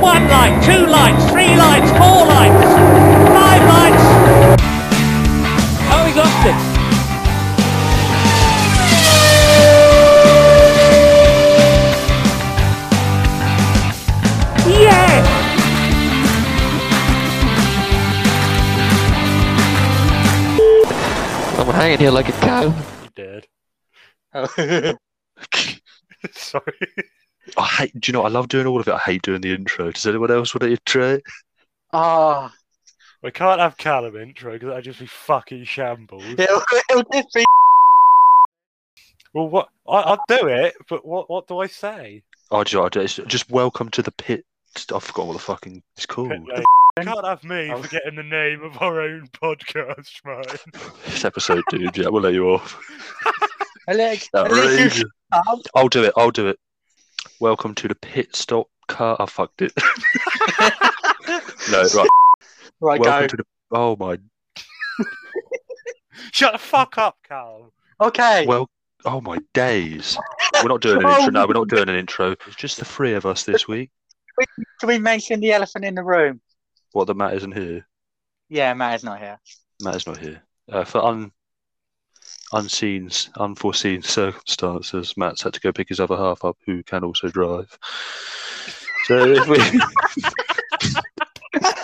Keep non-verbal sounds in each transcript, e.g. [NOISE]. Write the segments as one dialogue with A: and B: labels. A: one light, two lights, three lights, four lights, five lights. Oh, we lost it. Yeah!
B: I'm hanging here like a cow.
C: You [LAUGHS] did.
D: Oh.
C: Sorry.
E: I hate. Do you know? I love doing all of it. I hate doing the intro. Does anyone else want to try? [LAUGHS]
D: Ah,
C: We can't have Callum intro because that'd just be fucking shambles.
D: it'll, it'll just be.
C: Well, what? I, I'll do it, but what? What do I say?
E: Oh, do you know what I do? It's just welcome to the pit. I've forgotten what the fucking it's called.
C: Pit [LAUGHS] lane. You can't have me
D: Oh.
C: forgetting the name of our own podcast, [LAUGHS] man.
E: This episode, dude. Yeah, we'll let you
C: [LAUGHS]
E: off.
D: Alex, Alex,
E: Outrageous.
D: you stop.
E: I'll do it. I'll do it. Welcome to the pit stop car. I
C: [LAUGHS]
E: fucked it. no, right.
D: Right,
E: welcome
D: go.
E: to the. Oh my.
C: Shut the fuck up, Callum.
D: Okay.
E: Well. Oh my days. We're
C: [LAUGHS]
E: not
C: Oh
E: doing an intro. No, we're not doing an intro. It's just the three of us this week.
D: Can we mention the elephant in the room?
E: What that Matt isn't here.
D: Yeah, Matt is not here. [LAUGHS]
E: Matt is not here. Uh, for un, unseen, s- unforeseen circumstances, Matt's had to go pick his other half up, who can also drive. So if we, [LAUGHS]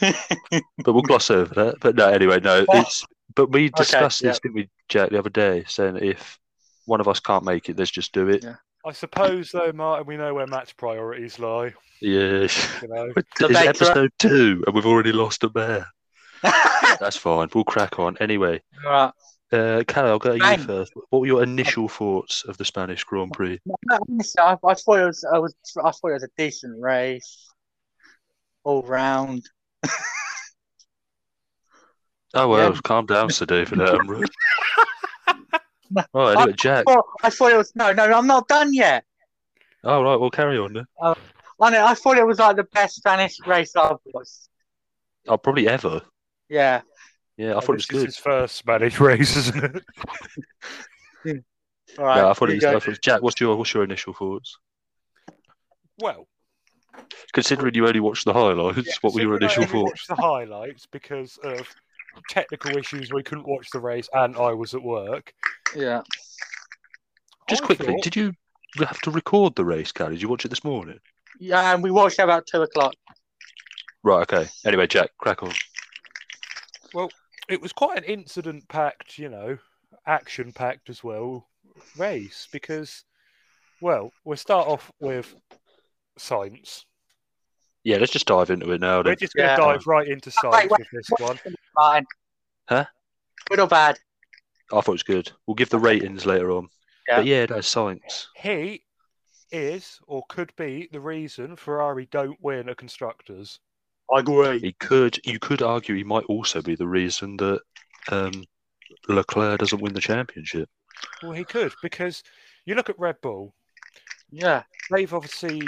E: but we'll gloss over that. But no, anyway, no. It's but we discussed this, didn't we, Jack, the other day, saying that if one of us can't make it, let's just do it.
D: Yeah.
C: I suppose, though, Martin, we know where Matt's priorities lie.
E: Yes. [LAUGHS]
C: You know,
E: But
D: The
E: it's
D: bear-
E: episode two, and we've already lost a bear. That's fine. We'll crack on. Anyway,
D: Right.
E: Uh, Callum, I'll go to you
D: Bang.
E: first. What were your initial thoughts of the Spanish Grand Prix?
D: Honestly, I, I thought it was. I was. I thought it was a decent race, all round.
E: Oh well,
D: Yeah.
E: calm down, today for that.
D: [LAUGHS]
E: Emre. right, anyway, Jack.
D: Well, I thought it was. No, no, I'm not done yet.
E: All right, we'll carry on. Then.
D: I know, I thought it was like the best Spanish race I've watched.
E: Oh, probably ever.
D: Yeah.
E: Yeah, I thought it was
C: this is
E: good.
C: his first Spanish race, isn't it?
D: All right.
E: Yeah, I thought
D: you
E: it was.
D: go.
E: I thought it was- Jack, what's your what's your initial thoughts?
C: Well,
E: Considering you only watched the highlights,
C: yeah,
E: what were your
C: so
E: initial
C: we
E: thoughts?
C: watched the highlights because of technical issues. We couldn't watch the race, and I was at work.
D: Yeah.
E: Just
C: I
E: quickly,
C: thought-
E: did you have to record the race, Cal? Did you watch it this morning?
D: Yeah, and we watched it about two o'clock.
E: Right. Okay. Anyway, Jack, crack on.
C: it was quite an incident-packed, you know, action-packed as well race because, well, we'll start off with science.
E: Yeah, let's just dive into it now.
C: We're
E: Then.
C: just going to
D: Yeah.
C: dive right into science
D: wait,
C: with this one.
D: Fine.
E: Huh?
D: Good or bad?
E: I thought it was good. We'll give the ratings later on.
D: Yeah.
E: But yeah, no science.
C: He is or could be the reason Ferrari don't win at constructors.
D: I agree.
E: He could. You could argue he might also be the reason that um, Leclerc doesn't win the championship.
C: Well, he could because you look at Red Bull.
D: Yeah.
C: They've obviously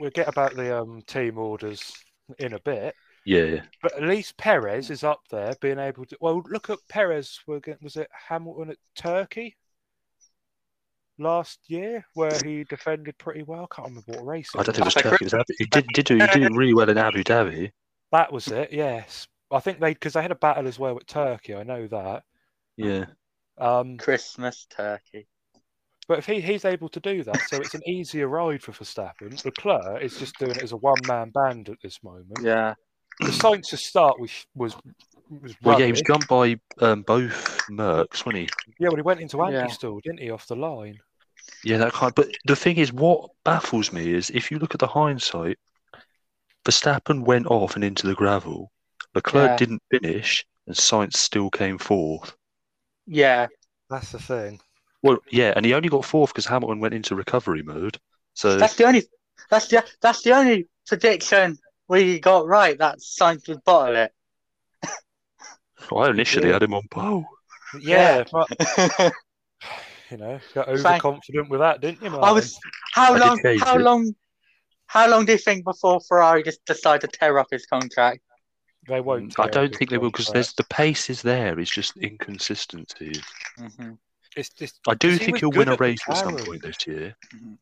C: we'll get about the um, team orders in a bit,
E: Yeah,
C: but at least Perez is up there being able to. Well, look at Perez. we're get- Was it Hamilton at Turkey last year where he defended pretty well? I can't remember what race.
E: I don't think it was
D: Okay,
E: Turkey. It was Abu- He did, did do. He did really well in Abu Dhabi.
C: that was it. Yes, I think they because they had a battle as well at Turkey. I know that.
E: Yeah,
C: Um,
D: Christmas turkey.
C: But if he, he's able to do that, so it's an easier ride for Verstappen. Leclerc is just doing it as a one man band at this moment.
D: Yeah.
C: The science to start was was was
E: well, yeah, he was
C: rubbish.
E: gunned by um, both Mercs, wasn't he?
C: yeah, well, he went into
D: Yeah.
C: anti-stall, didn't he, off the line?
E: Yeah, that kind. But the thing is, what baffles me is if you look at the hindsight, Verstappen went off and into the gravel. Leclerc
D: Yeah.
E: didn't finish, and Sainz still came fourth.
D: Yeah.
C: That's the thing.
E: Well, yeah, and he only got fourth because Hamilton went into recovery mode. So
D: That's the only. That's the. That's the only prediction we got right. That science would bottle it.
E: I initially had him on pole.
D: Yeah.
C: Yeah, but [LAUGHS] you know, got
D: Thank-
C: overconfident with that, didn't you? Martin?
D: I was. How
E: I did
D: long?
E: change
D: How
E: it.
D: long? How long do you think before Ferrari just decide to tear up his contract?
C: They won't.
E: I
C: tear
E: don't
C: up
E: think
C: his
E: they will because
C: contract.
E: there's the pace is there. It's just inconsistency.
D: Mhm.
C: It's, it's,
E: I do
C: Because he
E: think
C: was
E: he'll
C: good
E: win a
C: at the Mm-hmm.
E: race at some
C: McLaren.
E: point this year.
D: Mhm.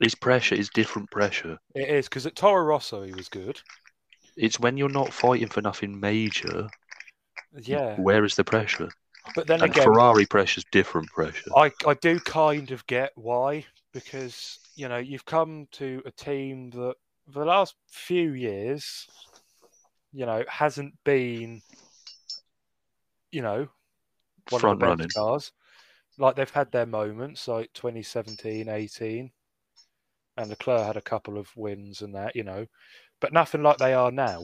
E: It's pressure. It's different pressure.
C: It is because at Toro Rosso he was good.
E: It's when you're not fighting for nothing major.
C: Yeah,
E: Where is the pressure?
C: but then
E: And
C: again,
E: Ferrari pressure's different pressure.
C: I, I do kind of get why because you know you've come to a team that for the last few years you know hasn't been you know one
E: Front
C: of the best
E: running.
C: cars like they've had their moments like 2017 18 and Leclerc had a couple of wins and that you know but nothing like they are now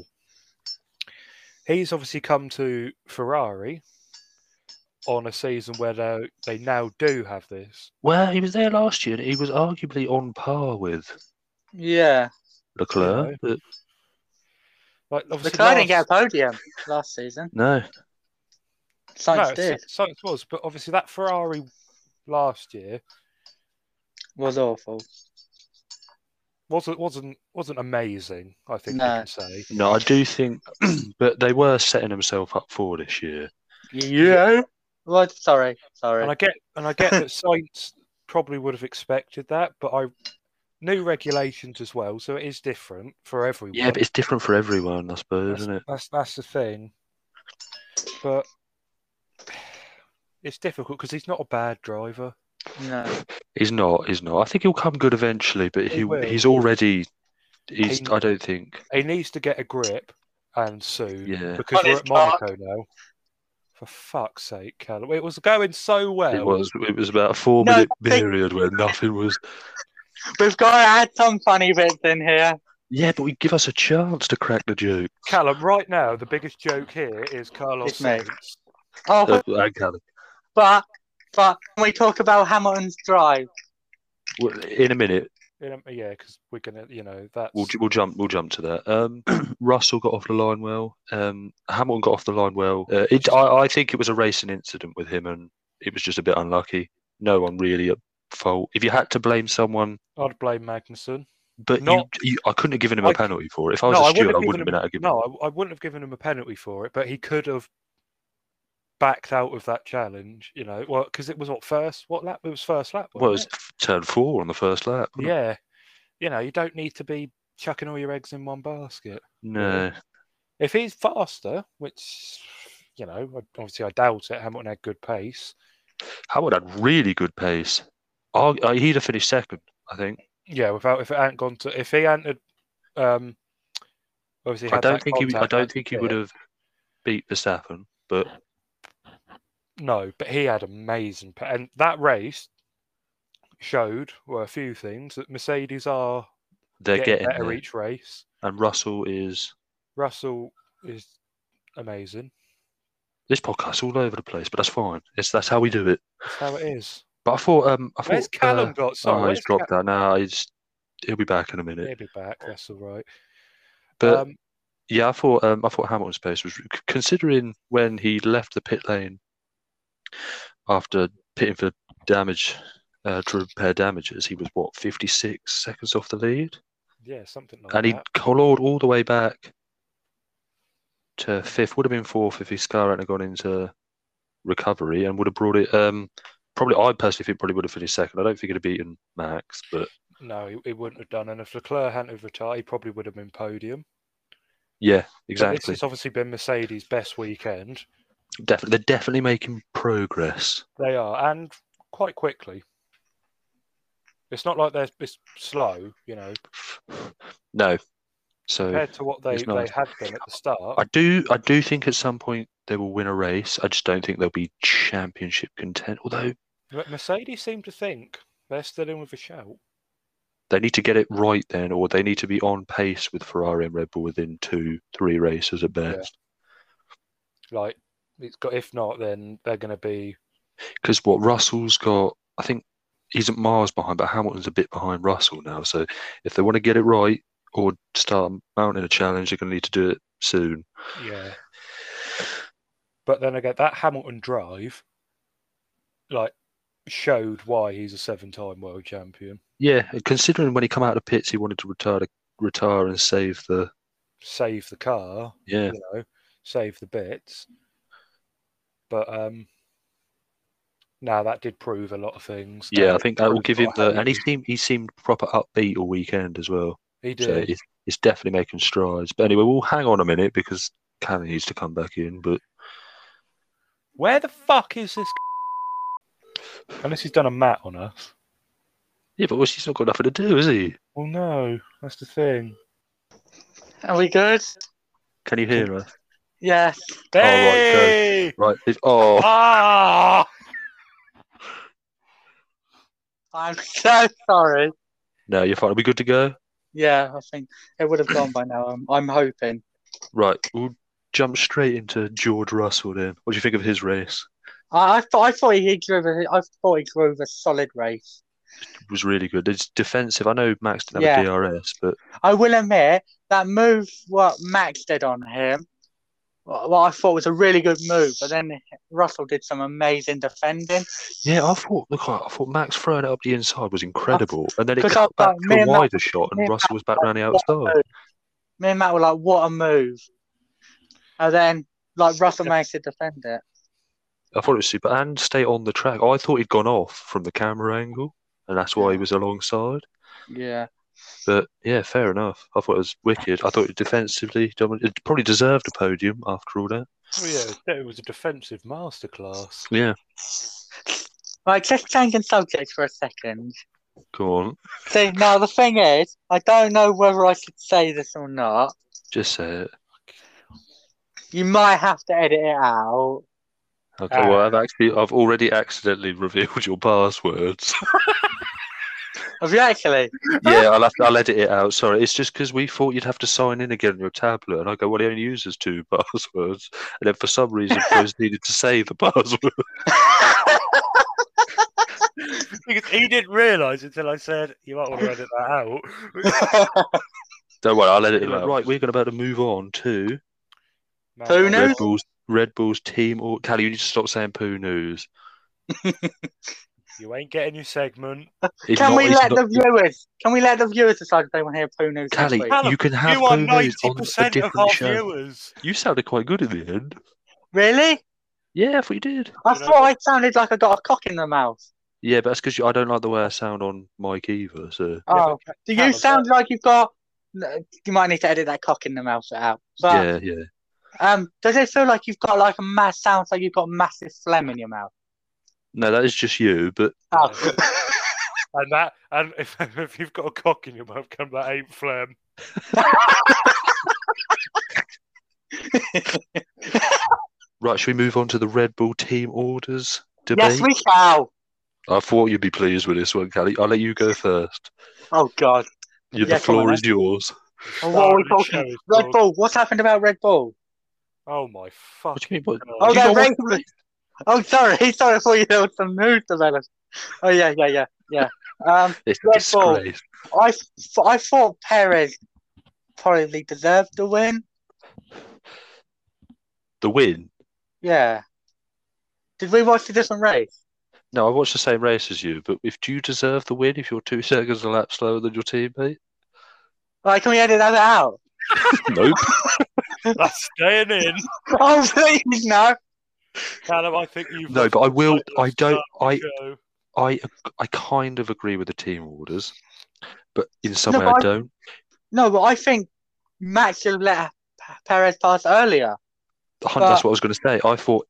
C: he's obviously come to Ferrari on a season where they they now do have this
E: Well, he was there last year and he was arguably on par with
D: Yeah.
E: Leclerc. But
C: Like obviously
D: Leclerc didn't get a
C: last-
D: podium last season.
E: no,
D: Sainz
C: no,
D: did.
C: so, so it was, but obviously that Ferrari last year
D: Was awful.
C: wasn't wasn't wasn't amazing. I think we
D: No.
C: can say.
E: no, I do think, [CLEARS THROAT] but they were setting themselves up for this year.
D: Yeah. What? Sorry. Sorry.
C: And I get and I get that Saints probably would have expected that, but I new regulations as well, so it is different for everyone.
E: Yeah, but it's different for everyone, I suppose,
C: that's,
E: isn't it?
C: that's that's the thing. But it's difficult because he's not a bad driver.
D: no.
E: He's not. He's not. I think he'll come good eventually, but
C: He
E: he,
C: will.
E: he's already. He's.
C: He-
E: I don't think.
C: He needs to get a grip and soon
E: Yeah.
C: because
D: On
C: we're
D: his
C: at Monaco now. For fuck's sake, Callum. It was going so well.
E: It was. It was about a four-minute period where nothing was.
D: We've got to add some funny bits in here.
E: Yeah, but we give us a chance to crack the joke.
C: Callum, right now, the biggest joke here is Carlos
D: It's me.
C: Sainz.
D: Oh,
E: Uh, I can't-
D: but but can we talk about Hamilton's drive?
E: well, In a minute,
C: You know, Yeah, because we're gonna, you know, that's
E: we'll, ju- we'll jump. We'll jump to
C: [CLEARS THROAT]
E: that. Um, Russell got off the line well. Um, Hamilton got off the line well. Uh, it, I, I think it was a racing incident with him, and it was just a bit unlucky. No one really at fault. If you had to blame someone,
C: I'd blame Magnussen.
E: but
C: Not-
E: you, you, I couldn't have given him a
C: I-
E: penalty for it. If I was
C: No, I
E: a
C: wouldn't
E: steward, I
C: have
E: wouldn't
C: given
E: have been able to give him.
C: No, I, I wouldn't have given him a penalty for it, but he could have backed out of that challenge. You know, well, because it was what first, what lap? It was first lap.
E: Well, it
C: wasn't
E: was f- turn four on the first lap.
C: it? yeah. You know, you don't need to be chucking all your eggs in one basket.
E: No.
C: If he's faster, which you know, I- obviously I doubt it. Hamilton had good pace.
E: Howard had really good pace. Arg- uh, he'd have finished second, I think.
C: Yeah, without if it hadn't gone to if he hadn't, had, um, obviously
E: I
C: had
E: don't
C: that
E: think he. I
C: contact,
E: don't
C: that's
E: think he
C: it.
E: would have beat Verstappen, but
C: No, but he had amazing, pa- and that race showed well, a few things that Mercedes are
E: they're getting,
C: better
E: there.
C: each race.
E: And Russell is.
C: Russell is amazing.
E: This podcast's all over the place, but that's fine. It's that's how we do it.
C: That's how it is.
E: But I thought. Um, I thought.
C: Where's Callum
E: uh,
C: got?
E: oh,
C: Sorry, where's
E: he's dropped that now. He's. He'll be back in a minute.
C: Cal- He'll be back. That's all right.
E: But
C: um,
E: yeah, I thought. Um, I thought Hamilton's pace was considering when he left the pit lane after pitting for damage. Uh, to repair damages, he was what 56 seconds off the lead.
C: yeah, something like
E: and he
C: that.
E: clawed all the way back to fifth. Would have been fourth if his car hadn't gone into recovery and would have brought it. Um, probably, I personally think probably would have finished second. I don't think he'd have beaten Max, but
C: No, he, he wouldn't have done. And if Leclerc hadn't have retired, he probably would have been podium.
E: yeah,
C: But
E: exactly.
C: This has obviously been Mercedes' best weekend.
E: Definitely, they're definitely making progress.
C: They are, and quite quickly. It's not like they're it's slow, you know.
E: No, so
C: compared to what they,
E: It's
C: they
E: nice.
C: had done at the start.
E: I do, I do think at some point they will win a race. I just don't think they'll be championship content. Although
C: But Mercedes seem to think they're still in with a shout.
E: they need to get it right then, or they need to be on pace with Ferrari and Red Bull within two, three races at best.
C: Like it's got if not, then they're going to be
E: because what Russell's got, I think he's at miles behind, but Hamilton's a bit behind Russell now. So if they want to get it right or start mounting a challenge, they're going to need to do it soon.
C: yeah. But then again, that Hamilton drive, like, showed why he's a seven-time world champion.
E: Yeah, and considering when he come out of the pits, he wanted to retire, to retire and save the
C: Save the car,
E: yeah.
C: you know, save the bits. But um, now that did prove a lot of things.
E: Yeah, I
C: That
E: think that will
C: proved
E: give him
C: what
E: the.
C: happened.
E: And he seemed he seemed proper upbeat all weekend as well.
C: He
E: So
C: did.
E: it's, it's definitely making strides. But anyway, we'll hang on a minute because Cannon needs to come back in. But
C: Where the fuck is this? [LAUGHS] Unless he's done a mat on us.
E: yeah, but well, he's not got nothing to do, is he?
C: Well, no, that's the thing.
D: Are we good?
E: Can you hear us?
D: Yes.
E: right, go.
C: Hey!
E: Right. It's, oh,
C: Ah!
D: I'm so sorry.
E: no, you're fine. Are we good to go?
D: Yeah, I think it would have gone by now. I'm, I'm hoping.
E: Right. We'll jump straight into George Russell then. What do you think of his race?
D: I, I thought I thought he drove a, I thought he drove a solid race.
E: It was really good. It's defensive. I know Max didn't
D: Yeah.
E: have a DRS, but
D: I will admit that move what Max did on him, what what I thought was a really good move, but then Russell did some amazing defending.
E: yeah, I thought look, I thought Max throwing it up the inside was incredible, and then it
D: Because
E: cut
D: I-
E: back
D: me
E: to a
D: and Matt-
E: wider shot,
D: me
E: and
D: and
E: Russell was back round the
D: what a
E: outside.
D: move. Me and Matt were like, "What a move!" And then like Russell managed to defend it.
E: I thought it was super and stay on the track. I thought he'd gone off from the camera angle, and that's why he was alongside.
D: Yeah.
E: But yeah, fair enough. I thought it was wicked. I thought defensively, domin- it probably deserved a podium after all that.
C: Well, Oh, yeah, it was a defensive masterclass.
E: Yeah,
D: Right, just changing subject for a second.
E: go on,
D: See, now the thing is, I don't know whether I should say this or not.
E: just say it.
D: You might have to edit it out.
E: Okay. well, I've actually, I've already accidentally [LAUGHS] revealed your passwords.
D: Have you actually?
E: yeah, I'll have to, I'll edit it out. Sorry, it's just because we thought you'd have to sign in again on your tablet, and I go, well, it only uses two [LAUGHS] passwords, and then for some reason, [LAUGHS] Bruce needed to say the [LAUGHS] password.
C: Because [LAUGHS] he didn't realise until I said, you might want to edit that out.
E: [LAUGHS] Don't worry, I'll edit it
C: Anyway,
E: out. Right, we're going about to move on to
C: Man,
D: Who
C: that-
E: Red
D: knows?
E: Bull's Red Bull's team. Or Callie, you need to stop saying poo news.
C: You ain't getting your segment.
E: It's
D: Can
E: not-
D: we
E: it's
D: let
E: not-
D: the viewers? Can we let the viewers decide if they want to hear poo news? next
E: Callie,
D: week?
C: Callum,
E: you can have
C: you are
E: poo news on a
C: 90% of
E: different
C: our
E: show. [LAUGHS]
C: viewers.
E: You sounded quite good in the end.
D: Really?
E: Yeah, if we did.
D: I
C: You know-
D: thought I sounded like I got a cock in the mouth.
E: Yeah, but that's because I don't like the way I sound on Mike either. So
D: Oh, do you
C: Callum,
D: sound like you've got? No, You might need to edit that cock in the mouth out. But
E: yeah, yeah.
D: um, does it feel like you've got like a mass? Sounds like you've got massive phlegm in your mouth.
E: No, that is just you. But
D: Oh.
C: And that, and if, [LAUGHS] if you've got a cock in your mouth, come that ain't phlegm.
E: right, should we move on to the Red Bull team orders debate?
D: yes, we shall.
E: I thought you'd be pleased with this one, Callie. I'll let you go first.
D: Oh God.
E: You,
D: Yeah,
E: the
D: come on,
E: floor
D: then.
E: is yours.
D: Oh, what are we
C: Starting the
D: talking?
C: show is
D: Red
C: called-
D: Bull. What's happened about Red Bull?
C: Oh my
E: What
C: fuck.
E: do you mean? What?
C: Oh,
E: you
D: they're
E: don't want-
D: racist. [LAUGHS] Oh, sorry, [LAUGHS] sorry. I thought you there was some news developed. Oh yeah, yeah, yeah, yeah. Um,
E: It's a
D: Red Bull.
E: disgrace.
D: I, f- I thought Perez probably deserved the win.
E: The win.
D: Yeah. Did we watch a different race?
E: No, I watched the same race as you, but if do you deserve the win if you're two [LAUGHS] seconds a lap slower than your teammate?
D: Like, can we edit that out?
E: [LAUGHS]
D: [LAUGHS]
E: Nope.
C: That's staying in.
D: Oh, [LAUGHS] please, no.
C: Callum, I think you've.
E: no, but I will. I don't. I
C: Show.
E: I I kind of agree with the team orders, but in some
D: No,
E: way
D: but
E: I
D: I-
E: don't.
D: No, but I think Max should have let P- Perez pass earlier.
E: Hun- That's what I was going to say. I thought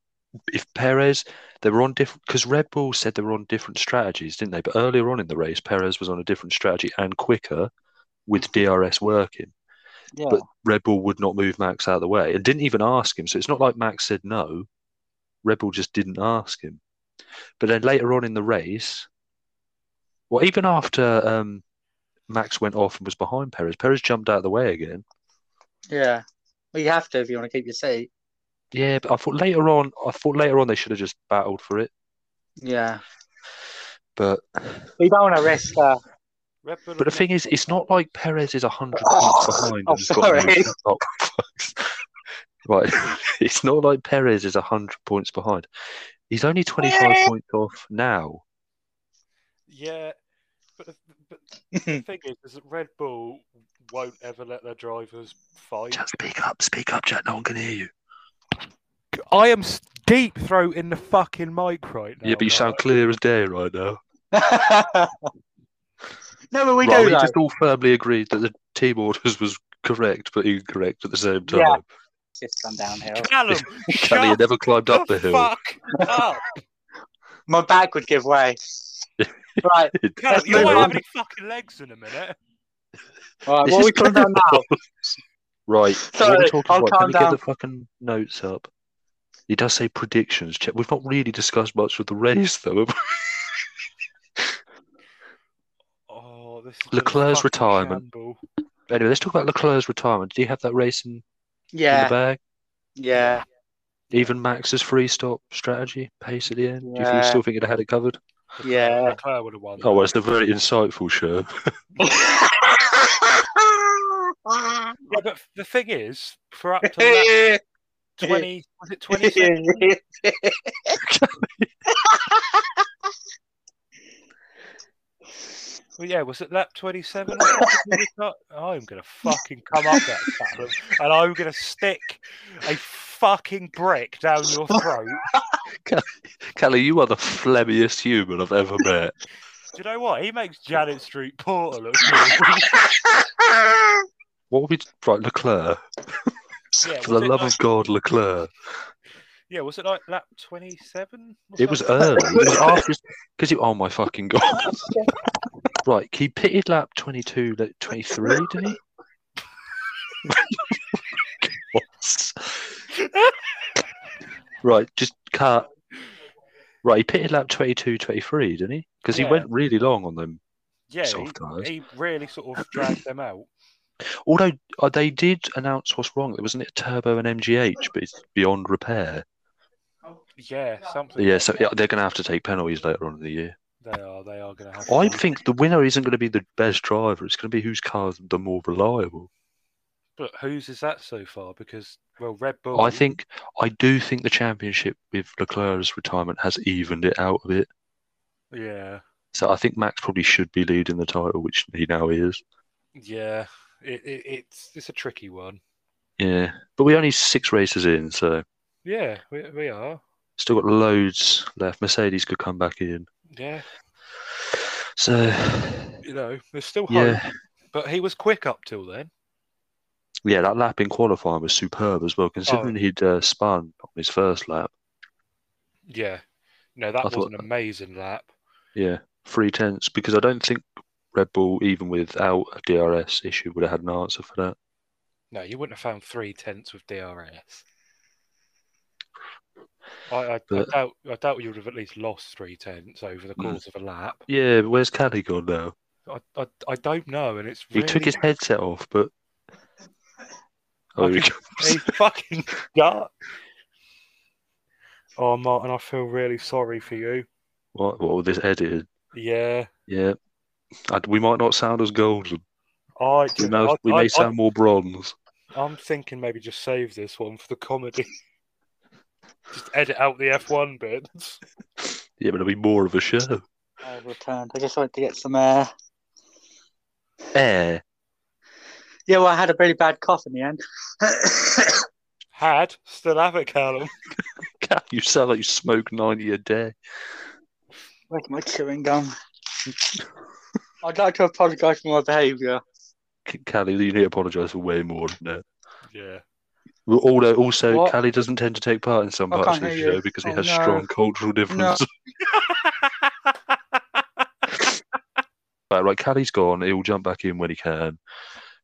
E: if Perez, they were on different because Red Bull said they were on different strategies, didn't they? But earlier on in the race, Perez was on a different strategy and quicker with DRS working.
D: Yeah.
E: But Red Bull would not move Max out of the way and didn't even ask him. So it's not like Max said no. Red Bull just didn't ask him. But then later on in the race, well, even after um, Max went off and was behind Perez, Perez jumped out of the way again.
D: yeah. Well, you have to if you want to keep your seat.
E: Yeah, but I thought later on, I thought later on they should have just battled for it.
D: Yeah.
E: But
D: We don't want to risk uh,
C: Red Bull
E: but the
C: have
E: thing is, it's not like Perez is hundred
D: Oh,
E: points behind.
D: I'm
E: and has got no
D: sorry.
E: stop. [LAUGHS] right, [LAUGHS] it's not like Perez is hundred points behind. He's only twenty five points off now.
C: Yeah, but the, but [LAUGHS] the thing is, is that Red Bull won't ever let their drivers fight.
E: Jack, speak up, speak up, Jack. No one can hear you.
C: I am deep throat in the fucking mic right now.
E: yeah, but you
C: man.
E: sound clear as day right now.
D: [LAUGHS] no, but we
E: Right,
D: do though.
E: just all firmly agreed that the team orders was correct but incorrect at the same time.
D: Yeah. Just gone downhill.
A: Callum,
E: Kelly
A: shut
E: had never climbed up the,
A: the
E: hill. [LAUGHS]
A: fuck up.
D: My back would give [LAUGHS] way. right,
C: Callum,
D: Let's
C: you
D: move
C: won't have
D: on.
C: any fucking legs in a minute.
D: right.
E: This
D: What are Uh, we talking [LAUGHS]
E: is
D: about now?
E: [LAUGHS] Right. what are
D: Sorry,
E: we talking
D: I'll
E: about?
D: calm
E: Can we get
D: down.
E: the fucking notes up? He does say predictions. Check. We've not really discussed much with the race though. have we?
C: Oh, this is
E: Leclerc's
C: fucking
E: retirement.
C: shamble.
E: [LAUGHS] Anyway, let's talk about Leclerc's retirement. Did he have that race in, in the
D: Yeah,
E: bag?
D: yeah.
E: Even Max's free stop strategy, pace at the end. Do you
D: Yeah.
E: think- still think it had it covered?
C: Leclerc-
D: Yeah. [LAUGHS]
C: Leclerc would have won.
E: Oh, well, it's a very insightful show.
C: Yeah, but the thing is, for up to [LAUGHS] lap twenty, was it twenty? Well, yeah, was it lap 27? I'm going to fucking come up that Callum, and I'm going to stick a fucking brick down your throat. Do
E: [LAUGHS] Kelly, you are the flemmiest human I've ever [LAUGHS] met.
C: you know what? He makes Janet Street Porter look
E: [LAUGHS]
C: cool.
E: What would we right, Leclerc?
C: Yeah,
E: For the
C: was it
E: love
C: like-
E: of God, Leclerc.
C: Yeah, was it like lap 27?
E: It was early. It was after because he. Oh my fucking god! right, he pitted lap twenty two, like twenty three, didn't he? What? right, just cut. Right, he pitted lap 22, 23, didn't he? Because he
C: Yeah.
E: went really long on them
C: Yeah,
E: soft
C: he,
E: tires.
C: he really sort of dragged them out.
E: Although uh, they did announce what's wrong. There wasn't it a turbo and MGH, but it's beyond repair.
C: Yeah, something.
E: Yeah, so yeah, they're going to have to take penalties later on in the year.
C: They are. They are going to have.
E: I
C: to.
E: think the winner isn't going to be the best driver. It's going to be whose car's the more reliable.
C: But whose is that so far? Because well, Red Bull.
E: I think I do think the championship with Leclerc's retirement has evened it out a bit.
C: Yeah.
E: So I think Max probably should be leading the title, which he now is.
C: Yeah. It, it, it's it's a tricky one.
E: Yeah, but we're only six races in, so
C: Yeah, we, we are.
E: still got loads left. Mercedes could come back in.
C: Yeah,
E: So
C: you know, there's still hope.
E: yeah,
C: But he was quick up till then.
E: yeah, that lap in qualifying was superb as well, considering he'd uh, spun on his first lap.
C: Yeah. No, that
E: I
C: was
E: thought-
C: an amazing lap.
E: Yeah, three tenths because I don't think Red Bull, even without a DRS issue, would have had an answer for that.
C: No, you wouldn't have found three tenths with DRS. I, I,
E: But-
C: I doubt I doubt you would have at least lost three tenths over the
E: Mm.
C: course of a lap.
E: Yeah, but where's Caddy gone now?
C: I, I, I don't know, and it's
E: He
C: really [LAUGHS]
E: took his headset off, but oh, here he
C: he
E: comes.
C: fucking gut. Oh, Martin, I feel really sorry for you.
E: [LAUGHS] what? What all this edited?
C: Yeah,
E: Yeah, I, we might not sound as golden.
C: I
E: We may,
C: I-
E: we
C: I-
E: may
C: I-
E: sound more bronze.
C: I'm thinking maybe just save this one for the comedy. just edit out the F1 bits.
E: Yeah, but it'll be more of a show.
D: I returned. I just wanted to get some uh, air.
E: Air. [LAUGHS]
D: Yeah, well, I had a really bad cough in the end. [COUGHS]
C: Had still have it, Callum.
E: God, You sound like you smoke ninety a day.
D: Where's my chewing gum? I'd like to apologise for my behaviour.
E: C- Callie, you need to apologise for way more than that.
C: Yeah.
E: Well, Although, also,
D: What?
E: Callie doesn't tend to take part in some
D: I
E: parts of
D: can't
E: the
D: hear
E: show
D: you.
E: because we
D: Oh,
E: have
D: no.
E: strong cultural differences.
D: [LAUGHS]
E: Right, right, Callie's gone. He'll jump back in when he can.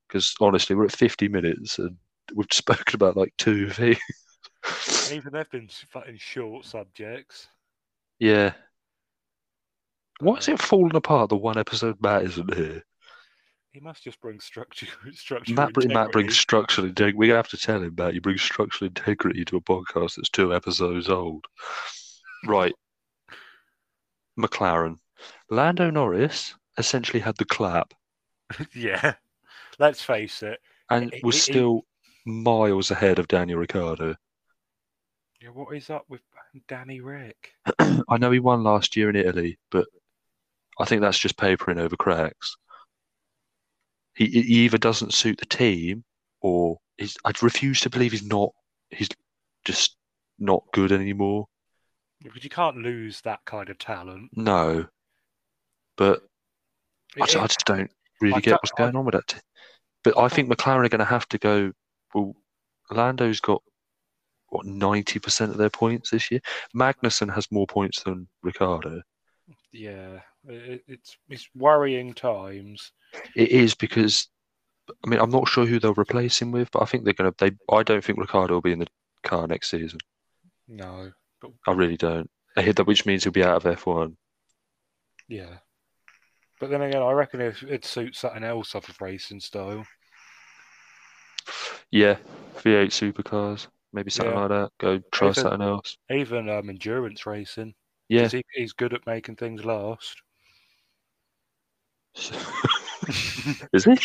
E: Because honestly, we're at 50 minutes and we've [LAUGHS] spoken about like two things.
C: and even they've been s- fucking short subjects.
E: Yeah. Why is it falling apart the one episode Matt isn't here?
C: He must just bring structure. [LAUGHS] Structure.
E: Matt, br- Matt brings structural integrity. We're going to have to tell him, Matt, you bring structural integrity to a podcast that's two episodes old. Right. McLaren. Lando Norris essentially had the clap
C: [LAUGHS] yeah. Let's face it.
E: and
C: He-
E: was
C: he- he-
E: still miles ahead of Daniel Ricciardo.
C: Yeah, what is up with Danny Rick?
E: I know he won last year in Italy, but I think that's just papering over cracks. He, he either doesn't suit the team, or he's, I refuse to believe he's not. He's just not good anymore.
C: Because you can't lose that kind of talent.
E: No, but I,
C: It-
E: ju- I just don't really
C: I
E: get
C: don't-
E: what's
C: I-
E: going on with that. t- But I think McLaren are going to have to go. Well, Lando's got what ninety percent of their points this year. Magnussen has more points than Ricardo.
C: yeah, it, it's it's worrying times.
E: It is because I mean I'm not sure who they'll replace him with, but I think they're going to. They I don't think Ricardo will be in the car next season.
C: No,
E: I really don't. I hit that, which means he'll be out of F1.
C: yeah, but then again, I reckon it, it suits something else off of racing style.
E: Yeah, V8 supercars, maybe something
C: Yeah.
E: like that. Go try
C: Nathan-
E: something else.
C: Even um, endurance racing.
E: Yeah.
C: 'cause he, he's good at making things last.
E: [LAUGHS] Is he?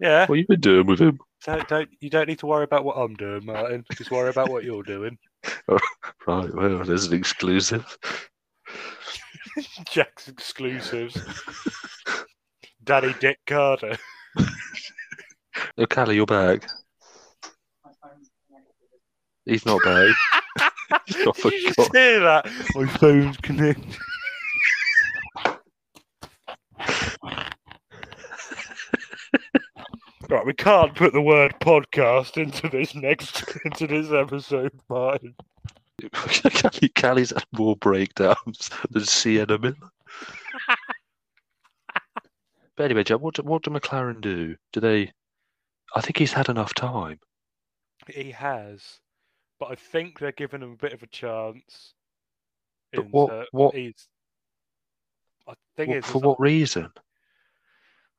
C: Yeah,
E: What you been doing with him?
C: don't, don't you don't need to worry about what I'm doing, Martin. Just worry about what you're doing. [LAUGHS]
E: Right, well, there's an exclusive.
C: Jack's exclusives. Daddy Dick Carter.
E: Oh, Callie, you're back. He's not back. [LAUGHS] I
C: Did you
E: forgot.
C: just hear that? My phone's connected. right, we can't put the word podcast into this next into this episode, Martin.
E: Callie, Callie's had more breakdowns than Sienna Miller. but anyway, Jack, what do, what do McLaren do? Do they? I think he's had enough time.
C: He has, but I think they're giving him a bit of a chance.
E: But
C: in
E: what-
C: that
E: what-
C: he's? I think
E: What-
C: is,
E: for
C: is that-
E: what reason?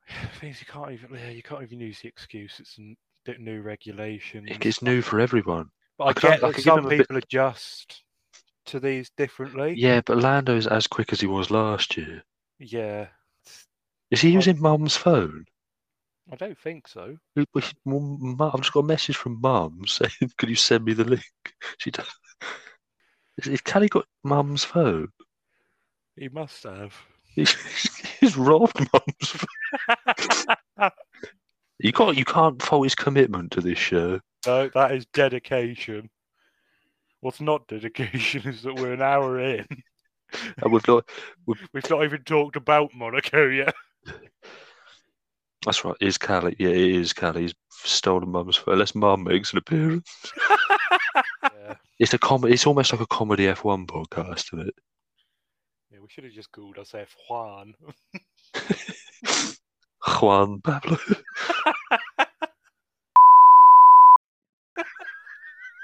C: [SIGHS] things you can't even yeah, you can't even use the excuse. It's n- d- new regulations.
E: It- It's new for everyone.
C: But
E: I
C: I,
E: could- I
C: get
E: could
C: that
E: give
C: some
E: him a bit-
C: people adjust to these differently.
E: Yeah, but Lando's as quick as he was last year.
C: Yeah.
E: Is he
C: Oh.
E: using Mum's phone?
C: I don't think so.
E: Who- who- Mum- Mum- I've just got a message from Mum [LAUGHS] saying, "Could you send me the link?" She does. Is, is Callie got Mum's phone?
C: He must have.
E: He's, [LAUGHS] he's robbed Mum's phone. [LAUGHS] You can't, you can't fault his commitment to this show.
C: no, that is dedication. What's not dedication [LAUGHS] is that we're an hour in.
E: And we've not.
C: We've not even talked about Monaco yet. [LAUGHS]
E: That's right. It is Callie? Yeah, it is Callie. He's stolen Mum's phone. Unless Mum makes an appearance.
C: yeah.
E: It's a com- It's almost like a comedy F1 podcast, isn't it? [LAUGHS]
C: yeah, we should have just called ourselves Juan.
E: Juan Pablo. [LAUGHS]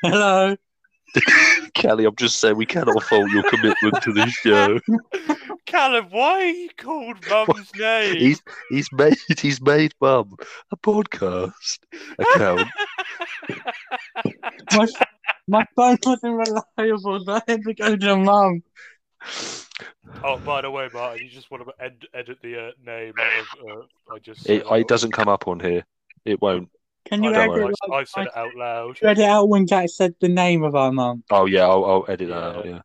D: Hello.
E: Callie, I'm just saying we cannot fault your commitment to this show.
C: [LAUGHS] Callum, why he called
E: [LAUGHS]
C: Mum's name?
E: He's he's made [LAUGHS] he's made mum a podcast account.
D: My, my phone wasn't reliable, so I had to go to mum.
C: Oh, by the way, Martin, you just want to ed- edit the uh, name of. Uh, I just.
E: [LAUGHS] It,
C: said
E: I- it doesn't come up on here. It won't.
D: Can you
E: don't
D: edit,
E: worry.
D: like,
C: I, I've said it out loud.
D: edit out when Jack said the name of our mum?
E: Oh yeah, I'll, I'll edit that out. Yeah.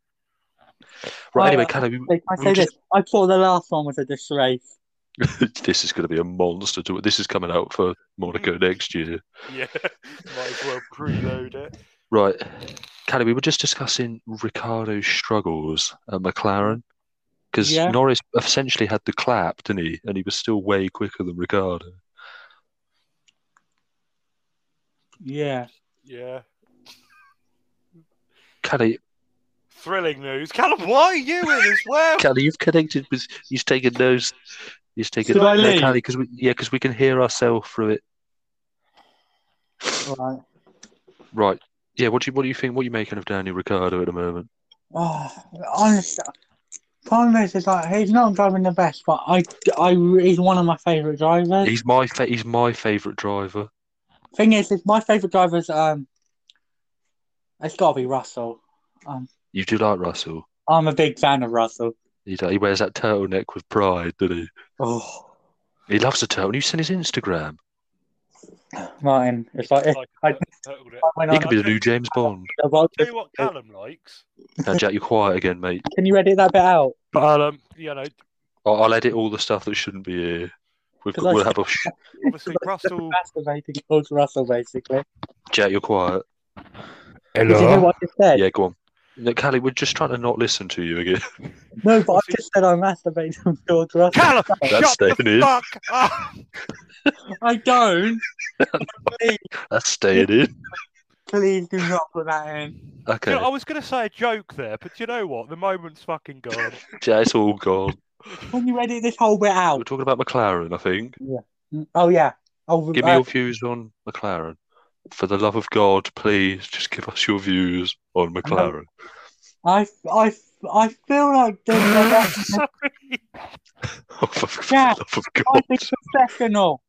E: Right. Anyway,
D: Alright,
E: Callie, we-
D: Like, I say this. I thought the last one was a disgrace.
E: [LAUGHS] this is going to be a monster. To this is coming out for Monaco next year.
C: [LAUGHS] Yeah, might as well preload it.
E: Right, Callie, we were just discussing Ricardo's struggles at McLaren because
D: Yeah.
E: Norris essentially had the clap, didn't he? And he was still way quicker than Ricardo.
D: Yeah.
C: Yeah.
E: Callie,
C: Thrilling news. Callum, why are you in as
E: [LAUGHS]
C: well?
E: Callie, you've connected with. You've taken those. You've taken.
D: Should I
E: no,
D: leave?
E: Callie, because we, yeah, 'cause we can hear ourselves through it.
D: Right.
E: Right. Yeah. What do you What do you think? What are you making of Daniel Ricciardo at the moment?
D: Oh, honestly, problem is, is like he's not driving the best, but I, I, he's one of my favorite drivers.
E: He's my fa- He's my favorite driver.
D: Thing is, is my favorite drivers. Um, it's got to be Russell.
E: You do like Russell.
D: I'm a big fan of Russell.
E: He do- he wears that turtleneck with pride, doesn't he?
D: Oh,
E: He loves the turtle. You've seen his Instagram.
D: Martin, it's like, it's I-
C: Totaled uh, it.
D: like when
E: He
D: I'm
E: could be the new James Bond.
D: about
C: Tell you what Callum likes.
E: Now, Jack, you're quiet again, mate.
D: Can you edit that bit out?
C: But, um, you know,
E: I'll, I'll edit all the stuff that shouldn't be here. We've got, we'll have a sh-
C: obviously Russell.
D: Masturbating towards Russell, basically.
E: Jack. You're quiet.
D: Did you hear what I just said?
E: Yeah, go on. No, Callie, we're just trying to not listen to you again. [LAUGHS]
D: No, but I just said I masturbate [LAUGHS] on George Russell.
A: Callum, shut
E: staying
A: the
E: in.
A: fuck
C: [LAUGHS]
A: up.
D: I don't.
E: That's staying in.
D: Please do not put that in.
C: Do you
E: Okay.
C: know, I was going to say a joke there, but do you know what? The moment's fucking
E: [LAUGHS]
C: gone.
E: Yeah, it's all gone.
D: Can you edit this whole bit
E: We're
D: out?
E: talking about McLaren, I think.
D: Oh yeah. Oh,
E: Give
D: uh,
E: me your views on McLaren. For the love of God, please just give us your views on McLaren. [LAUGHS]
D: I, I, I feel like doing a
C: Sorry.
E: Oh, for,
D: [LAUGHS]
E: for
D: Yeah,
E: the love of
D: I
E: God.
D: think professional.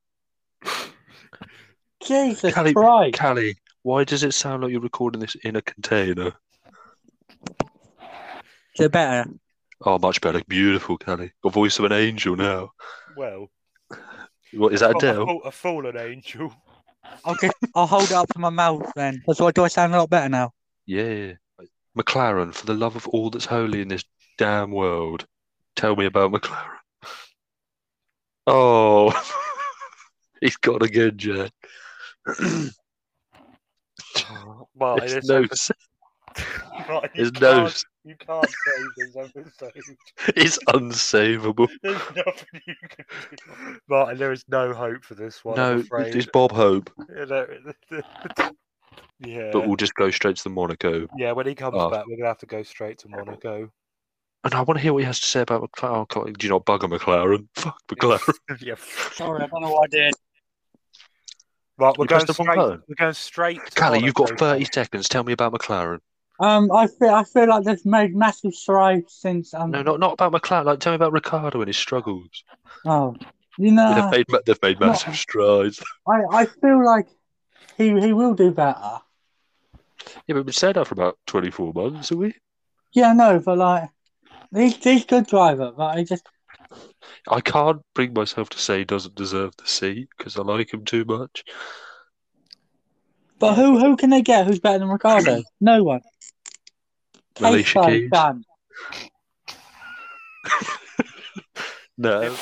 D: Jesus
E: Callie-
D: Christ.
E: Callie, why does it sound like you're recording this in a container?
D: Is it better?
E: Oh, much better. Beautiful, Callie. Got voice of an angel now.
C: Well,
E: What
D: Oh.
E: is that,
C: well, a,
E: Adele?
C: fall- a fallen angel. [LAUGHS]
D: I'll, just, I'll hold it up to my mouth then. That's why do I sound a lot better now?
E: Yeah. McLaren, for the love of all that's holy in this damn world, tell me about McLaren. [LAUGHS] Oh, [LAUGHS] he's got again, Jack.
C: Well,
E: There's
C: this
E: no,
C: episode- right, [LAUGHS] you
E: there's no,
C: can't- You can't save this episode.
E: it's unsavable.
C: There's [LAUGHS] nothing you can do. Martin, there is no hope for this one. I'm
E: No,
C: afraid.
E: it's Bob Hope,
C: You know, [LAUGHS] yeah.
E: but we'll just go straight to the Monaco.
C: Yeah, when he comes
E: Oh.
C: back, we're gonna have to go straight to Monaco.
E: And I want to hear what he has to say about McLaren. Oh, God, Do you not bugger McLaren? Fuck McLaren.
C: [LAUGHS] yeah.
D: Sorry, I don't know what I did.
C: Right, we're
E: You
C: going
E: pressed the wrong
C: straight.
E: button.
C: We're going straight. To
E: Callie, you've got
C: Monaco.
E: 30 seconds. Tell me about McLaren.
D: Um, I feel I feel like they've made massive strides since um.
E: No, not not about McLaren. Like, tell me about Ricardo and his struggles.
D: Oh, you know,
E: they've made ma- they've made
D: no.
E: massive strides. [LAUGHS]
D: I, I feel like he he will do better.
E: Yeah, but we've said that for about 24 months, have we?
D: Yeah, no, but like he's he's a good driver, but I just
E: I can't bring myself to say he doesn't deserve the seat because I like him too much.
D: but who who can they get who's better than
E: [CLEARS THROAT]
D: Ricardo? No one. Case
E: Alicia
D: study
E: Keys.
D: done.
E: No.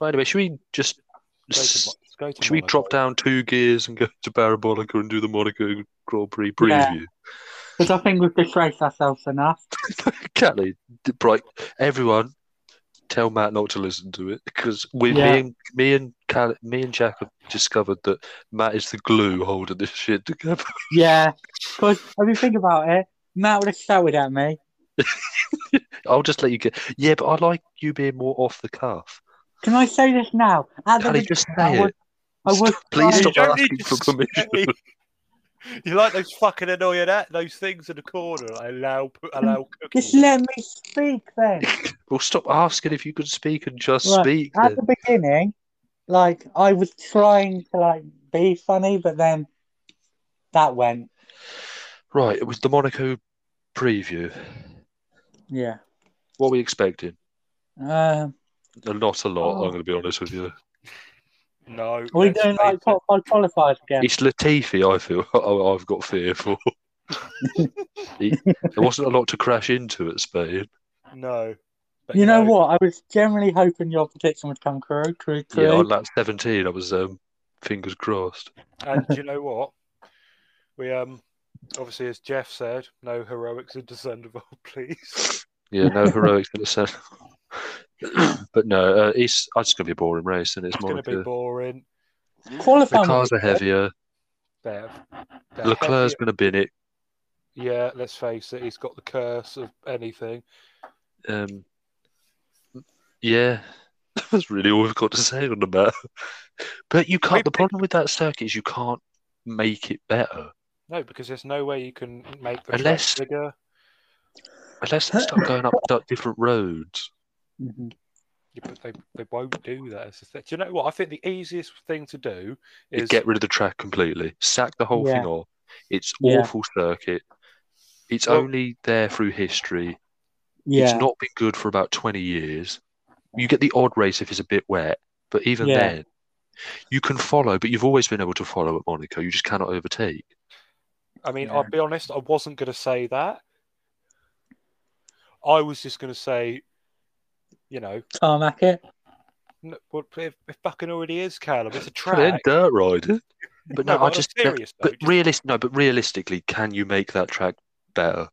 E: Right, anyway, should we just
C: Go to
E: s-
C: Mo- let's go to
E: should we
C: [LAUGHS] Monaco.
E: drop down two gears and go to Barabolica and do the Monaco Grand Prix preview?
D: Because I think we've disgraced ourselves enough.
E: Kelly, d- right? Everyone, tell Matt not to listen to it because we,
D: Yeah.
E: me and me and Cal, me and Jack have discovered that Matt is the glue holding this shit together. [LAUGHS]
D: Yeah, because if you think about it, Matt would have shouted at me
E: I'll just let you get. Yeah, but I like you being more off the cuff.
D: Can I say this now? At the
E: Callie, just
D: I
E: say
D: would-
E: it.
D: I would
E: Please
D: say-
E: stop
C: You don't
E: asking
C: need to
E: for permission.
C: You like those fucking annoying at those things in the corner? I allow allow
D: Just
C: cooking.
D: let me speak then.
E: Well, stop asking if you could speak and just
D: Right,
E: speak.
D: At
E: then.
D: the beginning, like I was trying to like be funny, but then that went.
E: Right, it was the Monaco preview.
D: Yeah.
E: What were we expecting?
D: Um,
E: Not a lot.
D: Oh.
E: I'm going to be honest with you.
C: No,
D: are we
C: let's
D: doing
C: face
D: like
C: it.
D: top five qualifiers again?
E: It's Latifi, I feel. [LAUGHS] I- I've got
D: [LAUGHS]
E: fear for. He- there wasn't a lot to crash into at Spain.
C: no. But
D: You know
C: no,
D: what? I was generally hoping your prediction would come true. True, true.
E: Yeah, on lap 17, I was um, fingers crossed.
C: And do you know what? We um obviously, as Jeff said, no heroics in Descendival, [LAUGHS] please.
D: [LAUGHS]
E: Yeah, no heroics in the set. [COUGHS] but no, uh, it's, it's going to be a boring race, and it's,
C: It's
E: more
C: going to be boring.
E: the
D: Qualifying.
E: cars are heavier.
C: They're, they're
E: Leclerc's going to bin it.
C: heavy- Yeah, let's face it. He's got the curse of anything.
E: Um, yeah, [LAUGHS] that's really all we've got to say on the matter. But you can't. The problem with that circuit is you can't make it better
C: No, because there's no way you can make the
E: Unless-
C: track bigger.
E: unless they start going up d- different roads.
D: Mhm.
C: Yeah, but they, they won't do that. It's the thing. Do you know what? I think the easiest thing to do
E: You
C: is
E: get rid of the track completely, sack the whole thing
D: Yeah.
E: off. It's
D: Yeah.
E: awful circuit. It's
C: Well-
E: only there through history.
D: Yeah.
E: It's not been good for about 20 years. You get the odd race if it's a bit wet, but even
D: Yeah.
E: then, you can follow, but you've always been able to follow at Monaco. You just cannot overtake.
C: I mean,
D: Yeah.
C: I'll be honest, I wasn't going to say that. I was just going to say, you know,
D: Tarmac it.
C: n- well, it, it fucking already is, Calum. It's a
E: But then
C: track. [LAUGHS]
E: dirt rider. But no, I
C: on a
E: just.
C: serious
E: but
C: note, just-
E: realist, no, but realistically, can you make that track better?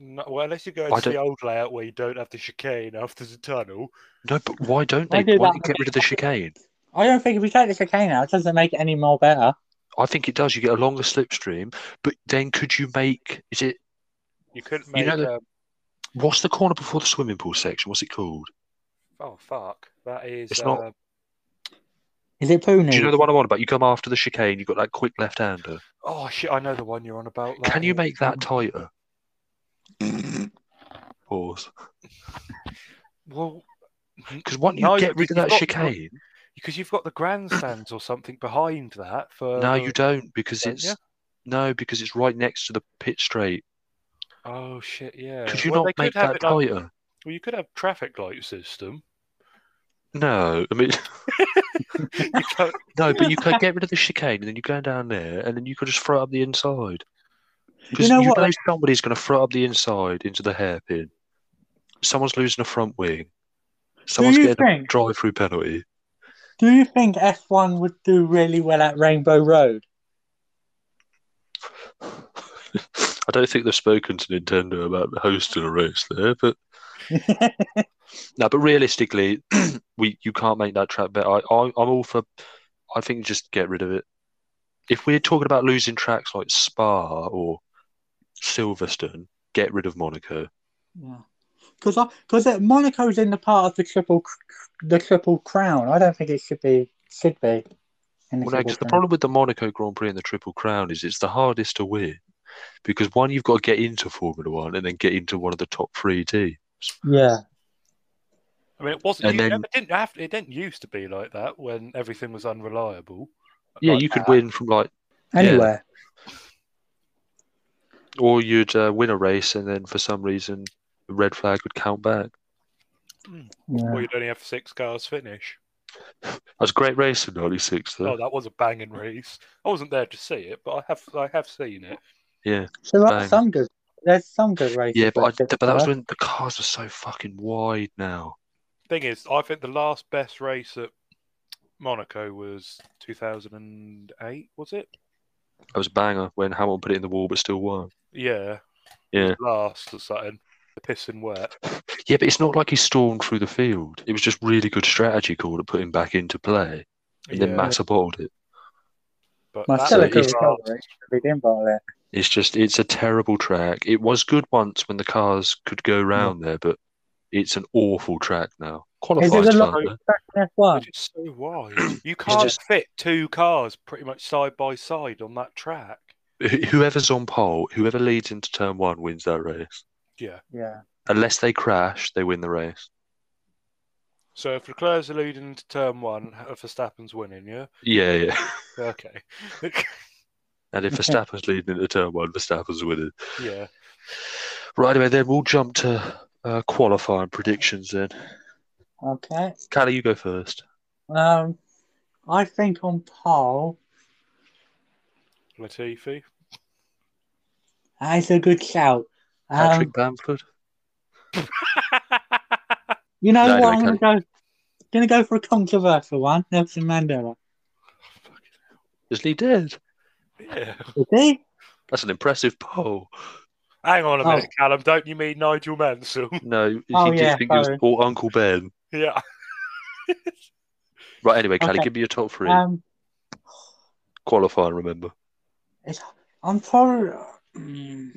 C: no, well, unless you go
E: I
C: to the
E: don't-
C: old layout where you don't have the chicane after the tunnel.
E: No, but why don't
D: Why
E: they?
D: do
E: Why
D: that
E: don't
D: with
E: you get rid of the chicane?
D: I don't think if we take the cocaine out, it doesn't make it any more better.
E: I think it does. You get a longer slipstream, but then could you make? Is it
C: You couldn't
E: You
C: make.
E: know the-
C: um,
E: what's the corner before the swimming pool section? What's it called?
C: oh fuck! That is.
E: It's
C: uh,
E: not-
D: Is it Poonie?
E: Do you know the one I'm on about? You come after the chicane, you've got that quick left-hander.
C: Oh shit! I know the one you're on about. that
E: Can you
C: is-
E: make
C: [LAUGHS]
E: that tighter? Pause.
C: Well,
E: Because once you
C: No,
E: get
C: because
E: rid of
C: you've
E: that
C: got-
E: chicane,
C: because you've got the grandstands or something behind that for.
E: no, you don't, because
C: uh, don't
E: it's
C: you?
E: no, because it's right next to the pit straight.
C: Oh shit! Yeah.
E: Uh, Could you
C: Well,
E: not
C: they
E: make
C: could have it
E: that
C: like-
E: tighter?
C: well, you could have traffic light system. [LAUGHS]
E: No, I mean, [LAUGHS]
C: You can't-
E: no, but you could get rid of the chicane, and then you go down there, and then you could just throw it up the inside. Because you
D: know
E: know,
D: what?
E: somebody's going to throw it up the inside into the hairpin. Someone's losing a front wing. Someone's
D: you
E: getting a
D: think-
E: drive-through penalty.
D: Do you think F1 would do really well at Rainbow Road?
E: I don't think they've spoken to Nintendo about hosting a race there,
C: [LAUGHS]
E: but no, but realistically, [CLEARS THROAT] we you can't make that track better. I, I I'm all for. I think just get rid of it. If we're talking about losing tracks like Spa or Silverstone, get rid of Monaco.
D: Because because Monaco's in the part of the triple cr- the triple crown. I don't think it should be should be. In the
E: Well, no,
D: triple
E: because the
D: crown.
E: problem with the Monaco Grand Prix and the Triple Crown is it's the hardest to win because one you've got to get into Formula One and then get into one of the top three teams.
D: Yeah.
C: I mean, it wasn't.
E: And
C: You
E: then-
C: never didn't have. It didn't used to be like that when everything was unreliable.
E: Yeah,
C: Like
E: you could
C: that.
E: win from like,
D: Anywhere.
E: or you'd uh, win a race and then for some reason the red flag would count back.
D: Yeah.
C: Well, you'd only have six cars finish.
E: That was a great race in '96, though.
C: Oh, that was a banging race. I wasn't there to see it, but I have I have seen it.
E: yeah,
D: So there are
E: Bang.
D: some good. There's some good races.
E: yeah, but I,
D: did
E: but that was when the cars were so fucking wide now.
C: Thing is, I think the last best race at Monaco was 2008. Was it?
E: That was a banger when Hamilton put it in the wall but still won.
C: Yeah.
E: Yeah.
C: Last or something. The pissing wet.
E: Yeah, but it's not like he stormed through the field. It was just really good strategy call to put him back into play, and
C: Yeah,
E: then Massa bottled it.
C: but
D: My
C: that
D: still a
C: was
D: good
E: it's-
C: last-
D: recovery. We didn't bottle it.
E: It's just it's a terrible track. It was good once when the cars could go round there, but it's an awful track now.
D: Is
E: Qualifying's
D: it a
E: fun.
D: lot
E: though.
D: F one?
C: It's just so wide.
E: [CLEARS THROAT]
C: You can't
E: just-
C: fit two cars pretty much side by side on that track.
E: Wh- Whoever's on pole, whoever leads into turn one wins that race.
C: Yeah.
D: Yeah.
E: Unless they crash, they win the race.
C: So if Leclerc's alluding to turn one, Verstappen's winning, yeah?
E: Yeah, yeah.
C: Okay. [LAUGHS]
E: And if
D: Okay.
E: Verstappen's leading into turn one, Verstappen's winning.
C: yeah.
E: Right anyway, then we'll jump to uh, qualifying predictions. Then,
D: Okay.
E: Callie, you go first.
D: Um, I think on pole,
C: Latifi.
D: that's a good shout. Um,
E: Patrick Bamford.
D: You know what?
E: No, no,
D: I'm
E: okay.
D: gonna go. Gonna go for a controversial one. Nelson Mandela.
E: Is he dead?
C: yeah.
D: Is he?
E: That's an impressive poll.
C: Hang on a
D: Oh.
C: minute, Callum. Don't you mean Nigel Mansell? [LAUGHS]
E: No,
D: Oh,
E: he did
D: yeah,
E: think it was
D: sorry.
E: or Uncle Ben.
C: yeah.
E: Right, anyway, Callie,
D: Okay.
E: give me your top three.
D: Um,
E: Qualifying, remember.
D: it's, I'm probably. mm,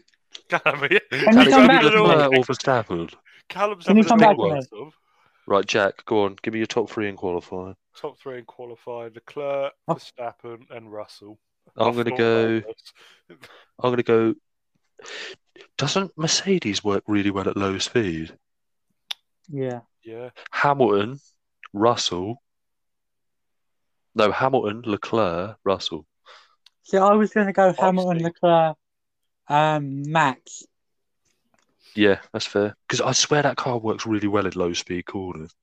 C: Callum,
D: Can you
E: Callie,
D: come
E: give
D: back
E: me
D: to
E: Leclerc
D: me?
E: or Verstappen.
C: Callum's
D: Can you
C: having a
D: come
C: big
D: back to
C: one,
D: me?
C: Tom.
E: Right, Jack, go on. Give me your top three in qualifying.
C: Top three in qualifying Leclerc,
D: Oh.
C: Verstappen, and Russell.
E: I'm
C: I
E: gonna
C: thought
E: go.
C: that was-
E: I'm gonna go. Doesn't Mercedes work really well at low speed?
D: Yeah.
C: Yeah.
E: Hamilton, Russell. No, Hamilton, Leclerc, Russell.
D: See, I was gonna go Hamilton,
C: see.
D: Leclerc, um, Max.
E: Yeah, that's fair. Because I swear that car works really well in low speed corners.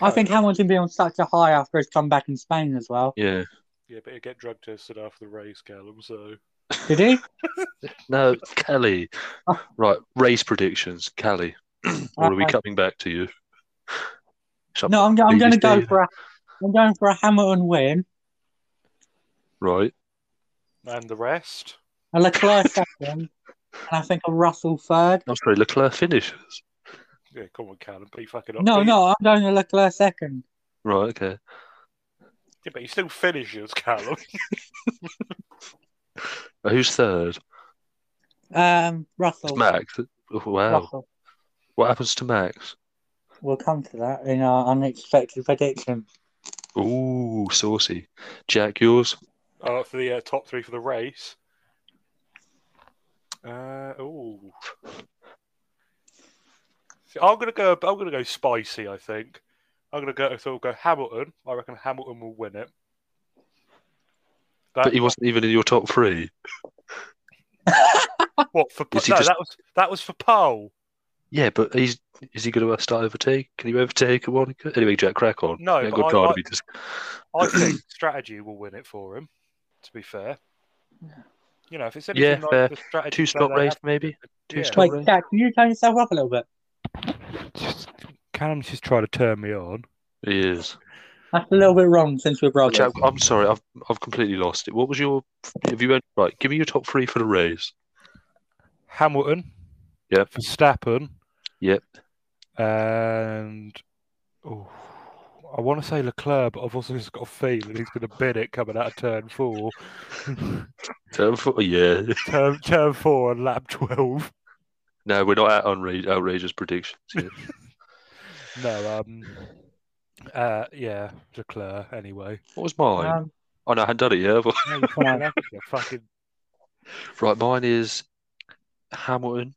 D: I think Hamilton be on such a high after his comeback in Spain as well.
E: Yeah.
C: Yeah, but he'll get drug tested after the race, Callum, so.
D: Did
E: [LAUGHS]
D: he?
E: No, Kelly.
D: Oh.
E: Right, race predictions, Kelly. [CLEARS THROAT] or are we
D: Uh,
E: coming back to you? Shut
D: No, I'm, go- I'm
E: Who
D: gonna
E: you
D: go
E: see?
D: for a. I'm going for a Hamilton win.
E: right?
C: and the rest.
D: And [LAUGHS] Leclerc second, and I think a Russell third.
E: I'm Oh, sorry, Leclerc finishes.
C: Yeah, come on, Callum, be fucking up.
D: No,
C: here.
D: no, I'm going to Leclerc second.
E: Right, okay.
C: Yeah, but he still finishes, Callum.
E: Uh, Who's third?
D: Um,
E: It's
D: Russell.
E: Max. Oh, wow.
D: Russell.
E: What happens to Max?
D: We'll come to that in our unexpected prediction.
E: Ooh, saucy. Jack, yours?
C: uh, for the uh, top three for the race. Uh, oh, I'm gonna go. I'm gonna go spicy. I think I'm gonna go. So we'll go Hamilton. I reckon Hamilton will win it. That, Uh,
E: But he wasn't even in your top three.
C: what for? No,
E: Is he just-
C: that was that was for pole.
E: Yeah, but he's is he going to start overtake? Can he overtake a Monica? Anyway, Jack, crack on.
C: No,
E: Yeah,
C: but
E: good
C: I-
E: God,
C: I-
E: if he just-
C: I think [CLEARS THROAT] strategy will win it for him. To be fair, you know, if it's anything
E: Yeah,
C: like
E: fair.
C: the strategy,
E: two stop
C: that they
E: race,
C: have-
E: maybe. Two
C: yeah.
E: stop
D: Wait,
E: race.
D: Jack, can you turn yourself up a little bit?
C: Callum's just trying to turn me on.
E: He is.
D: That's a little bit wrong since we're brothers.
E: Oh, Jack, I'm sorry, I've I've completely lost it. What was your? Have you went right? Give me your top three for the race.
C: Hamilton.
E: Yep.
C: Verstappen.
E: Yep.
C: And oh, I want to say Leclerc, but I've also just got a feeling he's going to bin it coming out of turn four.
E: Turn four, yeah. [LAUGHS]
C: turn, turn four and lap 12.
E: No, we're not at unra- outrageous predictions. Yet.
C: No, um, uh, yeah, Leclerc anyway.
E: what was mine?
D: Um,
E: oh no, I hadn't done it yet. have I?
C: No, you fucking have it, [LAUGHS] you fucking-
E: right, mine is Hamilton.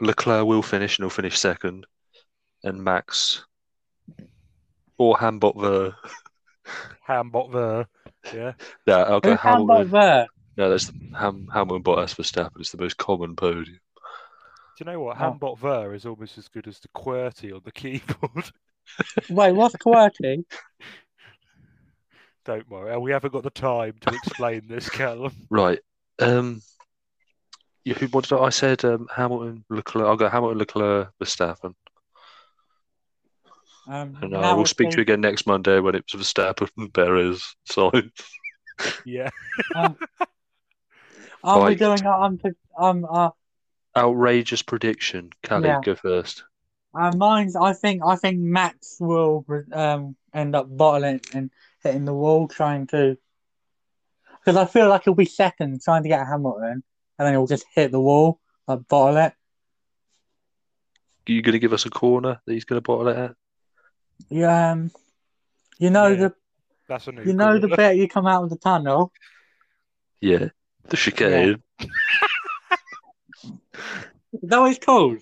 E: Leclerc will finish, and he'll finish second, and Max or uh, Hambot the.
C: Hambot there. Yeah.
E: No, I'll
D: who
E: go
D: hand
E: Hamilton.
D: over?
E: No, that's the Ham Hamilton Bottas Verstappen. It's the most common podium.
C: Do you know what?
D: Oh.
C: Hambot there is almost as good as the QWERTY on the keyboard. [LAUGHS]
D: Wait, what's QWERTY?
C: Don't worry. and We haven't got the time to explain this, Callum. [LAUGHS]
E: Right. Um. yeah, Who? What did I, I said? Um, Hamilton, Leclerc. I'll go Hamilton, Leclerc, Verstappen.
D: Um,
E: And uh, we'll speak to you again next Monday when it's Verstappen and Perez. [LAUGHS] So
C: Yeah.
D: Are we
E: Right.
D: doing our, um, um, our
E: outrageous prediction. Callie,
D: Yeah.
E: go first.
D: Uh, mine's. I think. I think Max will um end up bottling and hitting the wall, trying to. Because I feel like he'll be second, trying to get Hamilton, and then he'll just hit the wall, like bottle it.
E: Are you going to give us a corner that he's going to bottle it at?
D: Yeah, um, you know
C: Yeah,
D: the
C: That's a new
D: you know the
C: corner.
D: bit you come out of the tunnel.
E: Yeah. The chicane.
D: Is that what it's called?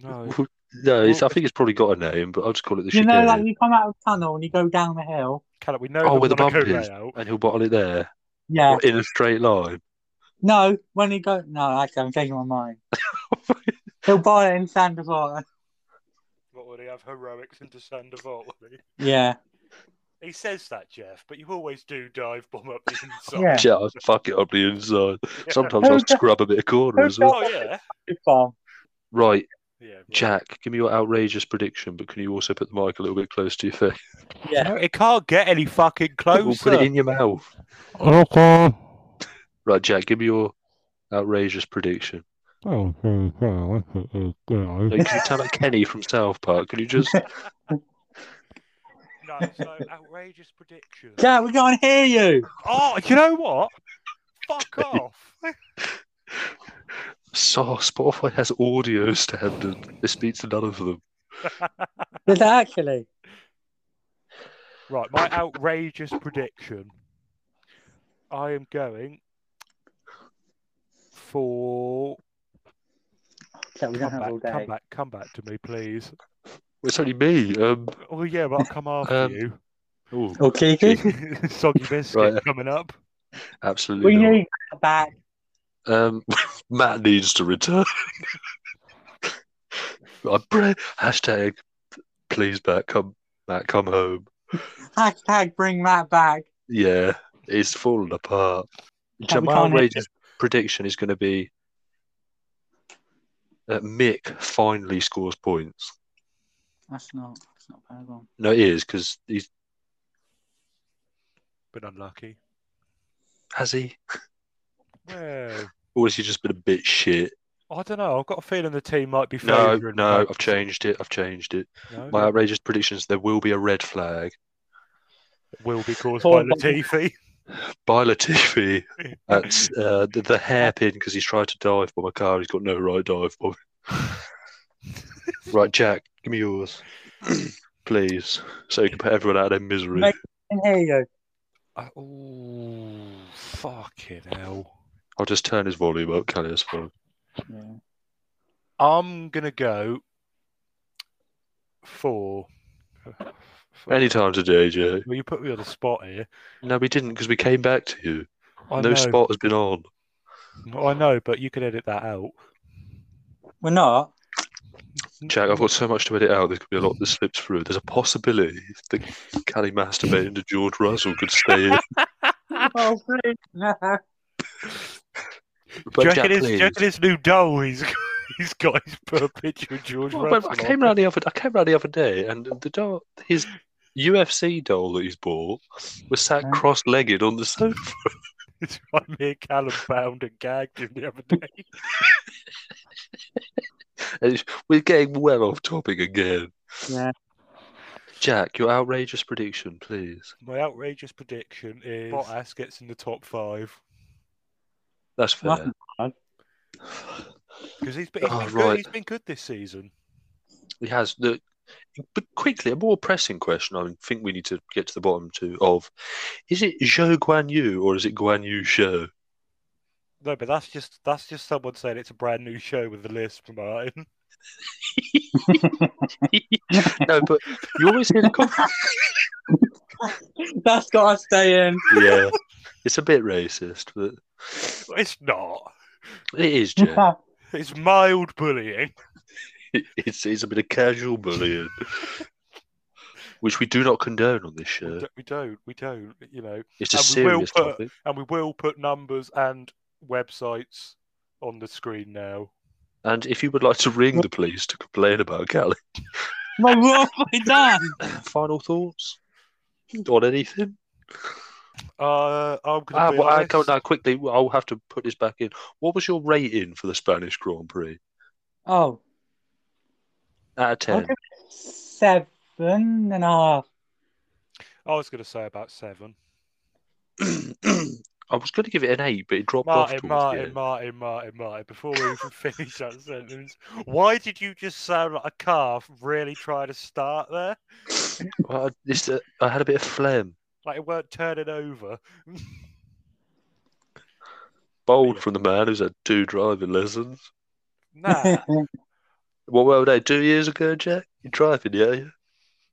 C: No.
E: No, it's, I think it's probably got a name, but I'll just call it the
D: you
E: chicane.
D: know, like you come out of the tunnel and you go down the hill.
C: Callum, we know
E: Oh,
C: the
E: where the
C: Monaco
E: bump is.
C: layout.
E: And he'll bottle it there
D: Yeah.
E: What, in a straight line.
D: No, when he go. No, actually, I'm changing my [LAUGHS] mind. he'll bottle it in Sandoval.
C: What would he have heroics into Sandoval? would he?
D: Yeah.
C: He says that, Jeff, but you always do dive bomb up the inside. [LAUGHS]
D: Yeah.
E: Yeah, I fuck it up the inside. Sometimes
D: Who
E: I'll
D: the-
E: scrub a bit of corner
D: who
E: as well.
C: Oh yeah.
D: Good bomb.
E: Right,
C: Yeah. right.
E: Jack, give me your outrageous prediction, but can you also put the mic a little bit close to your face?
D: Yeah.
C: No, it can't get any fucking
E: We'll put it
C: closer.
E: in your mouth.
F: Okay.
E: Right, Jack, give me your outrageous prediction. Hey, can you tell that Kenny from South Park? Can you just
C: No, so outrageous prediction.
D: Jack, we can't hear you.
C: Oh, you know what? Fuck off.
E: saw Spotify has audio standard. This beats none of them.
D: Did that actually?
C: Right, my outrageous prediction. I am going for
D: Jack, we don't
C: come
D: have
C: back,
D: all
C: come
D: day.
C: back, come back to me, please.
E: It's only me. Um,
C: Oh yeah, but I'll come after
E: Um,
C: you.
E: oh,
D: Okay,
E: Cheers.
C: [LAUGHS] Soggy biscuit
E: Right.
C: coming up.
E: absolutely.
D: we
E: not.
D: need Matt back.
E: Um, [LAUGHS] Matt needs to return. [LAUGHS] I pray- Hashtag, please, Matt, come, Matt, come home.
D: Hashtag bring Matt back.
E: Yeah, it's fallen apart.
D: Oh, we
E: My
D: can't hear
E: outrageous prediction is going to be that Mick finally scores points.
D: That's not. That's not very long.
E: No, it is because he's
C: Been unlucky.
E: Has he?
C: Well,
E: Or has he just been a bit shit?
C: I don't know. I've got a feeling the team might be
E: No,
C: favouring
E: no,
C: Max.
E: I've changed it. I've changed it.
C: No?
E: My outrageous predictions: there will be a red flag
C: will be caused by
E: Oh,
B: Paul-
C: Latifi. [LAUGHS]
E: by Latifi at uh, the, the hairpin because he's tried to dive by my car. He's got no right dive bomb. right, Jack, give me yours, [CLEARS THROAT] please, so you can put everyone out of their misery.
B: Mate. And here you go.
C: Uh, oh, fucking hell.
E: I'll just turn his volume up. Kelly, that's fine.
C: I'm going to go for.
E: Any time today, Jack.
C: Well, you put me on the spot here.
E: No, we didn't because we came back to you.
C: I
E: no
C: know,
E: spot has been on.
C: I know, but you can edit that out.
B: We're not.
E: Jack, I've got so much to edit out. There could be a lot that slips through. There's a possibility that Callie masturbating to George Russell could stay in.
B: [LAUGHS] oh, please. No.
E: But
C: [LAUGHS] do, you
E: Jack,
C: reckon his, do
E: please.
C: you reckon his new doll he's [LAUGHS] got, he's got his per- picture of George
E: Well,
C: Russell
E: I
C: on?
E: came round the other. I came round the other day, and the doll, his UFC doll that he's bought, was sat
B: Huh?
E: cross-legged on the sofa.
C: [LAUGHS] It's right me and Callum found and gagged him the other day.
E: And it's- We're getting well off topic again.
B: Yeah.
E: Jack, your outrageous prediction, please.
C: [LAUGHS] My outrageous prediction is Bottas gets in the top five.
E: That's fair.
B: Nothing bad.
C: Because he's been, he's
E: Oh,
C: been
E: right.
C: good. He's been good this season.
E: He has the. But quickly, a more pressing question. I think we need to get to the bottom to of: is it Zhou Guan Yu or is it Guan Yu
C: [LAUGHS]
E: Zhou?
C: No, but that's just that's just someone saying it's a brand new show with the list from Martin.
E: no, but you always hear the com-
B: That's got to stay in.
E: yeah. It's a bit racist, but
C: [LAUGHS] It's not.
E: it
B: [LAUGHS]
C: [LAUGHS]
E: is Jack.
C: It's mild bullying.
E: it's, it's a bit of casual bullying, which we do not condone on this
C: We
E: show.
C: don't- We don't. We don't. You know,
E: It's a
C: And we will
E: serious
C: put-
E: topic.
C: and we will put numbers and websites on the screen now.
E: And if you would like to
C: [LAUGHS]
E: ring the police to complain about Cali,
B: My work is done.
E: [LAUGHS] final thoughts
C: Hmm.
E: on anything?
C: Uh, I'm gonna
E: Ah,
C: be
E: well, I
C: honest.
E: can't, now, quickly, I'll have to put this back in. What was your rating for the Spanish Grand Prix
B: Oh,
E: out of 10?
B: I'll give it seven and a half.
C: I was going to say about seven.
E: [CLEARS THROAT] I was going to give it an 8, but it dropped
C: Martin,
E: off. Towards the
C: Martin,
E: end.
C: Martin, Martin, Martin. Before we even [LAUGHS] finish that sentence, why did you just sound like a calf? Really trying to start there,
E: Well, I, it's, uh, I had a bit of phlegm.
C: like it weren't turning over.
E: Bold from the man who's had two driving lessons. [LAUGHS]
B: [LAUGHS]
C: Nah,
E: What were they, two years ago, Jack? You're driving, yeah? yeah?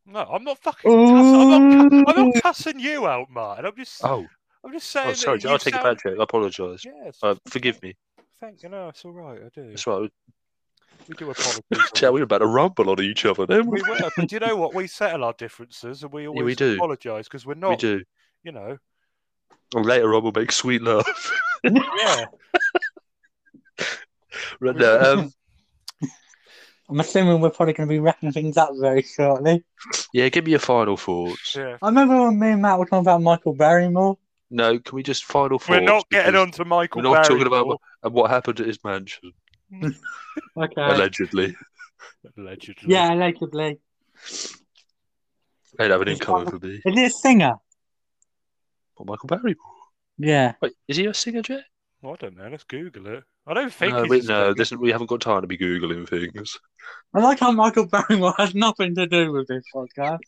C: no, I'm not fucking. Cussing, I'm, not, cu- I'm not cussing you out, Martin. I'm just,
E: Oh,
C: I'm just saying.
E: oh sorry,
C: that you
E: I'll take it
C: sound...
E: back, Jack. I apologise.
C: Yes,
E: Uh, forgive me.
C: Thank you. No, it's all right. I do.
E: That's right.
C: We do apologise.
E: [LAUGHS] Jack, we were about to rumble on each other then.
C: we were, but do you know what? We settle our differences, and we always
E: we do.
C: apologise because we're not.
E: We do.
C: You know.
E: And later on, we'll make sweet love. [LAUGHS]
C: Yeah.
E: right now, um,
B: I'm assuming we're probably going to be wrapping things up very shortly.
E: yeah, give me your final thoughts.
C: yeah.
B: I remember when me and Matt were talking about Michael Barrymore.
E: No, can we just final thoughts?
C: We're not getting
E: because-
C: on to Michael.
E: We're not talking about
C: Barrymore.
E: and what happened at his mansion,
B: Okay.
E: allegedly.
C: Allegedly.
B: Yeah, allegedly.
E: They'd have an
B: He's
E: income
B: got-
E: for me.
B: Is he a singer?
E: What, Michael Barrymore?
B: Yeah.
E: Wait, is he a singer, Jack?
C: Well, I don't know. Let's Google it. I don't think.
E: no,
C: he's
E: we,
C: a
E: no
C: singer.
E: this, we haven't got time to be Googling things.
B: I like how Michael Barrymore has nothing to do with this podcast.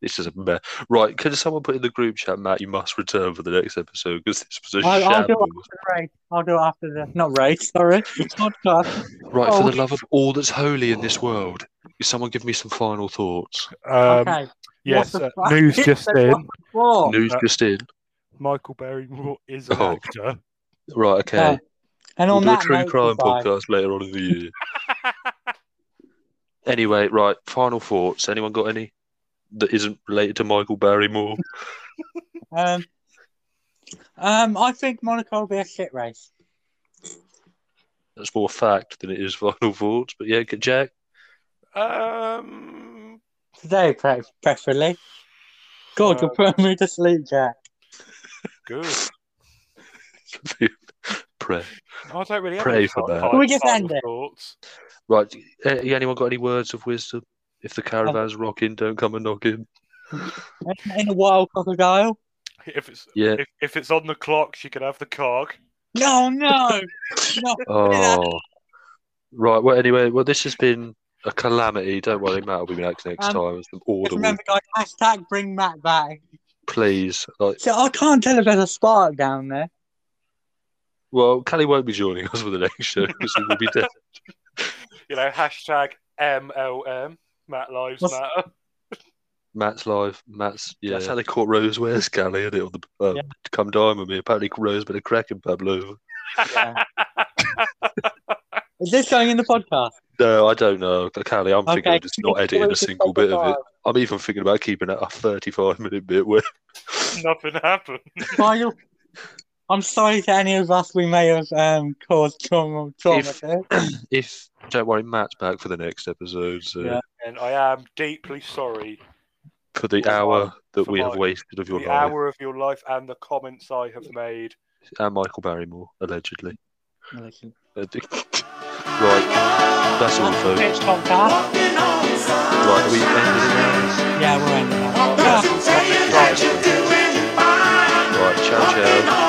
E: This is a mess. Right, can someone put in the group chat, Matt, you must return for the next episode because this was a
B: I'll- I'll do it.
E: shambles.
B: Right. I'll do it after the not raid, sorry. Podcast.
E: Right,
B: Oh,
E: for the love of all that's holy in this world, can someone give me some final thoughts?
C: Um,
B: okay.
C: Yes.
B: What the
C: uh,
B: fuck? [LAUGHS]
C: news just
B: That's
C: in.
B: what it's
D: Oh,
B: for.
E: News
C: uh,
E: just in.
C: Michael Barrymore is an
E: Oh.
C: actor.
E: Right, okay.
B: Okay. And
E: We'll
B: on
E: do a
B: that
E: true
B: note,
E: crime
B: goodbye.
E: podcast later on in the year. [LAUGHS] Anyway, right, final thoughts. Anyone got any that isn't related to Michael Barrymore?
B: Um, um, I think Monaco will be a shit race.
E: That's more fact than it is final thoughts. But yeah, get Jack, [LAUGHS]
C: um.
B: Today, pre- preferably. God, you're
C: Uh,
B: putting me to sleep, Jack.
C: Good.
E: Pray.
C: I don't really have
E: Pray
C: any
E: for
C: fi-
E: that.
C: fi-
D: We just
C: final
D: end it.
C: thoughts. [LAUGHS]
E: Right. a- Anyone got any words of wisdom? If the caravan's rocking, don't come and knock in.
D: In a wild crocodile?
C: If it's [LAUGHS]
E: Yeah.
C: if, if it's on the clock, she can have the cog.
D: No, no. no.
E: Oh. Right. Well, anyway, well, this has been a calamity. Don't worry, Matt will be back next
D: Um,
E: time with some
D: Just
E: order.
D: remember, guys, hashtag bring Matt back.
E: Please. Like,
D: So I can't tell if there's a spark down there.
E: well, Callie won't be joining us for the next show because he will be dead.
C: You know, hashtag MLM. Matt lives
D: What's-
C: matter. [LAUGHS]
E: Matt's live. Matt's. Yeah. That's how they caught Rose Where's Callie, and it? On the, um,
D: Yeah.
E: Come dine with me. Apparently, Rose been a cracking Pablo.
D: Yeah. Is this going in the podcast?
E: No, I don't know. Callie, I'm thinking
D: Okay.
E: of just not editing a single bit of
D: [LAUGHS]
E: it. I'm even thinking about keeping it a 35 minute bit where
C: Nothing happened.
D: Nigel, I'm sorry to any of us we may have um, caused trauma. trauma
E: If- [LAUGHS]
D: to.
E: if don't worry, Matt's back for the next episode. So
D: Yeah.
C: And I am deeply sorry
E: for the
C: For
E: hour
C: my-
E: that
C: for
E: we have
C: my-
E: wasted of
C: for
E: your
C: the
E: life,
C: hour of your life and the comments I have made.
E: and Michael Barrymore allegedly. [LAUGHS]
D: Listen.
E: right, that's all, folks.
D: Bitch podcast.
E: Right, are we ending
D: Yeah, we're ending that.
E: it now? Right, ciao, ciao.